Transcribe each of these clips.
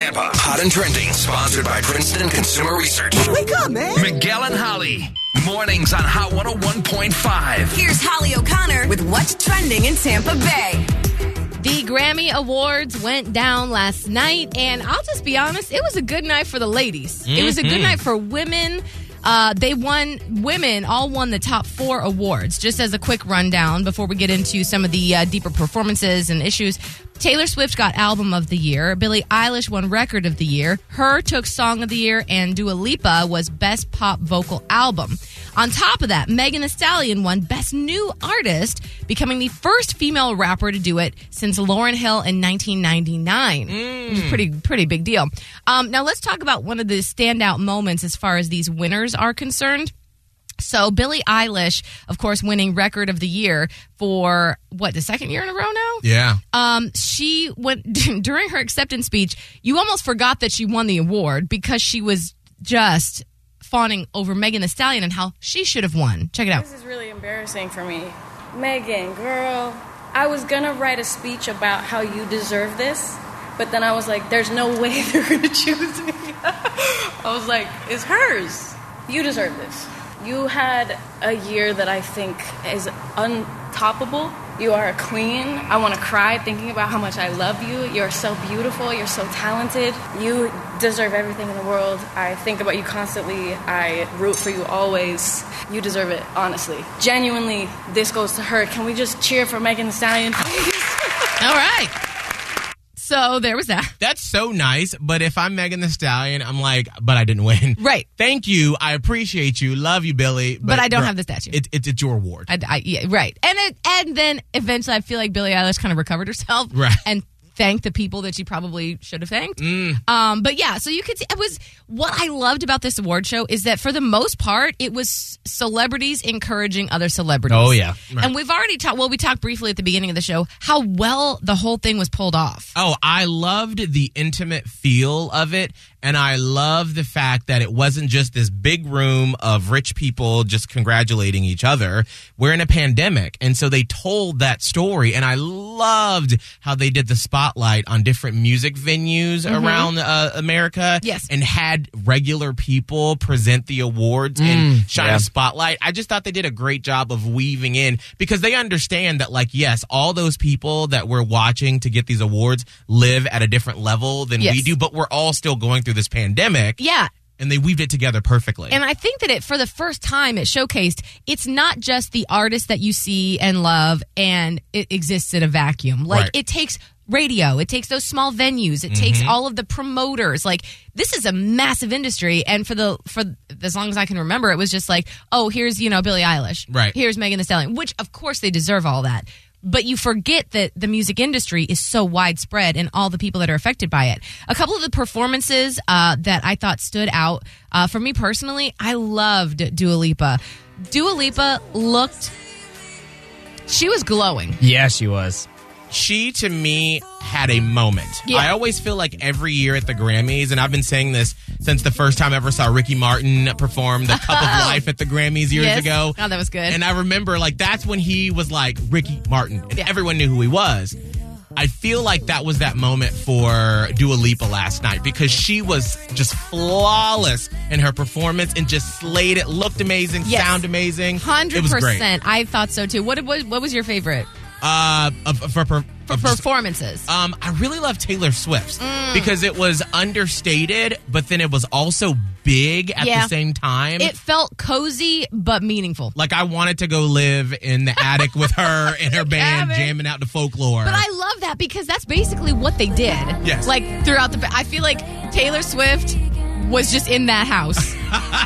Tampa. Hot and trending. Sponsored by Princeton Consumer Research. Wake up, man. Miguel and Holly. Mornings on Hot 101.5. Here's Holly O'Connor with what's trending in Tampa Bay. The Grammy Awards went down last night, and I'll just be honest, it was a good night for the ladies. It was a good night for women. Uh, they won, women all won the top four awards. Just as a quick rundown before we get into some of the uh, deeper performances and issues, Taylor Swift got Album of the Year, Billie Eilish won Record of the Year, Her took Song of the Year, and Dua Lipa was Best Pop Vocal Album. On top of that, Megan Thee Stallion won Best New Artist, becoming the first female rapper to do it since Lauren Hill in 1999. Which is pretty pretty big deal. Um, now let's talk about one of the standout moments as far as these winners are concerned. So Billie Eilish, of course, winning Record of the Year for what the second year in a row now Yeah. um, she went during her acceptance speech. You almost forgot that she won the award because she was just fawning over Megan Thee Stallion and how she should have won. Check it out. This is really embarrassing for me. Megan, girl, I was gonna write a speech about how you deserve this, but then I was like, there's no way they're gonna choose me. I was like, it's hers. You deserve this. You had a year that I think is untoppable. You are a queen. I want to cry thinking about how much I love you. You're so beautiful. You're so talented. You deserve everything in the world. I think about you constantly. I root for you always. You deserve it, honestly. Genuinely, this goes to her. Can we just cheer for Megan Thee Stallion, please? All right. So there was that. That's so nice. But if I'm Megan the Stallion, I'm like, but I didn't win. Right. Thank you. I appreciate you. Love you, Billy. But, I don't bruh, have the statue. It, it, it's your award. I, I- yeah, right. And it, and then eventually, I feel like Billie Eilish kind of recovered herself Right. and thanked the people that she probably should have thanked. Um, but yeah, so you could see it was what I loved about this award show is that for the most part, it was celebrities encouraging other celebrities. Oh, yeah. Right. And we've already talked. Well, we talked briefly at the beginning of the show how well the whole thing was pulled off. Oh, I loved the intimate feel of it. And I love the fact that it wasn't just this big room of rich people just congratulating each other. We're in a pandemic. And so they told that story. And I loved how they did the spotlight on different music venues around uh, America. Mm-hmm. Yes. And had regular people present the awards Mm, and shine yeah. a spotlight. I just thought they did a great job of weaving in because they understand that, like, yes, all those people that we're watching to get these awards live at a different level than Yes. we do, but we're all still going through this pandemic. Yeah, And they weaved it together perfectly. And I think that it for the first time it showcased it's not just the artist that you see and love and it exists in a vacuum. Like Right. Mm-hmm. it takes radio, it takes those small venues, it takes all of the promoters. Like this is a massive industry and for the for as long as I can remember it was just like, oh, here's, you know, Billie Eilish. Right. Here's Megan Thee Stallion, which of course they deserve all that. But you forget that the music industry is so widespread and all the people that are affected by it. A couple of the performances uh, that I thought stood out uh, for me personally, I loved Dua Lipa. Dua Lipa looked, she was glowing. Yeah, she was. she to me had a moment. Yeah. I always feel like every year at the Grammys, and I've been saying this since the first time I ever saw Ricky Martin perform the Cup of Life at the Grammys years Yes. ago. Oh, that was good. And I remember like that's when he was like Ricky Martin, and Yeah. everyone knew who he was. I feel like that was that moment for Dua Lipa last night because she was just flawless in her performance and just slayed it. Looked amazing, Yes. sound amazing. It Hundred was great. percent. I thought so too. What was what was your favorite Uh, of- of- for, for, for Mm. of- performances? Um, I really love Taylor Swift's because it was understated, but then it was also big at Yeah. the same time. it felt cozy but meaningful. like I wanted to go live in the attic with her and her band, cabin. jamming out to folklore. But I love that because that's basically what they did. Yes. Like throughout the, I feel like Taylor Swift was just in that house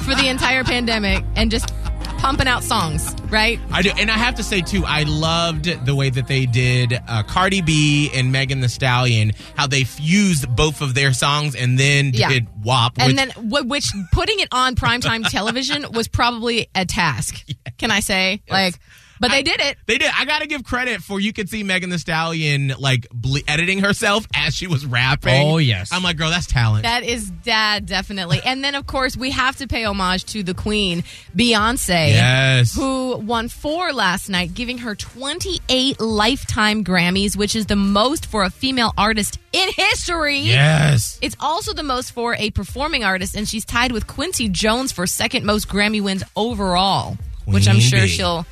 for the entire pandemic and just pumping out songs, right? I do, and I have to say too, I loved the way that they did uh, Cardi B and Megan The Stallion, how they fused both of their songs and then Yeah. did WAP. And which- then, wh- which putting it on primetime television was probably a task. Can I say? Like, But they did it. They did. I gotta give credit for you could see Megan the Stallion like ble- editing herself as she was rapping. Oh, yes. I'm like, girl, that's talent. That is dad, definitely. And then, of course, we have to pay homage to the queen, Beyonce, yes. who won four last night, giving her 28 lifetime Grammys, which is the most for a female artist in history. yes. It's also the most for a performing artist, and she's tied with Quincy Jones for second most Grammy wins overall, which I'm Queen sure bee. she'll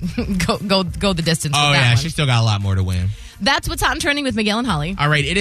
go go go the distance. Oh with that yeah, one. she still got a lot more to win. That's what's hot and trending with Miguel and Holly. All right, it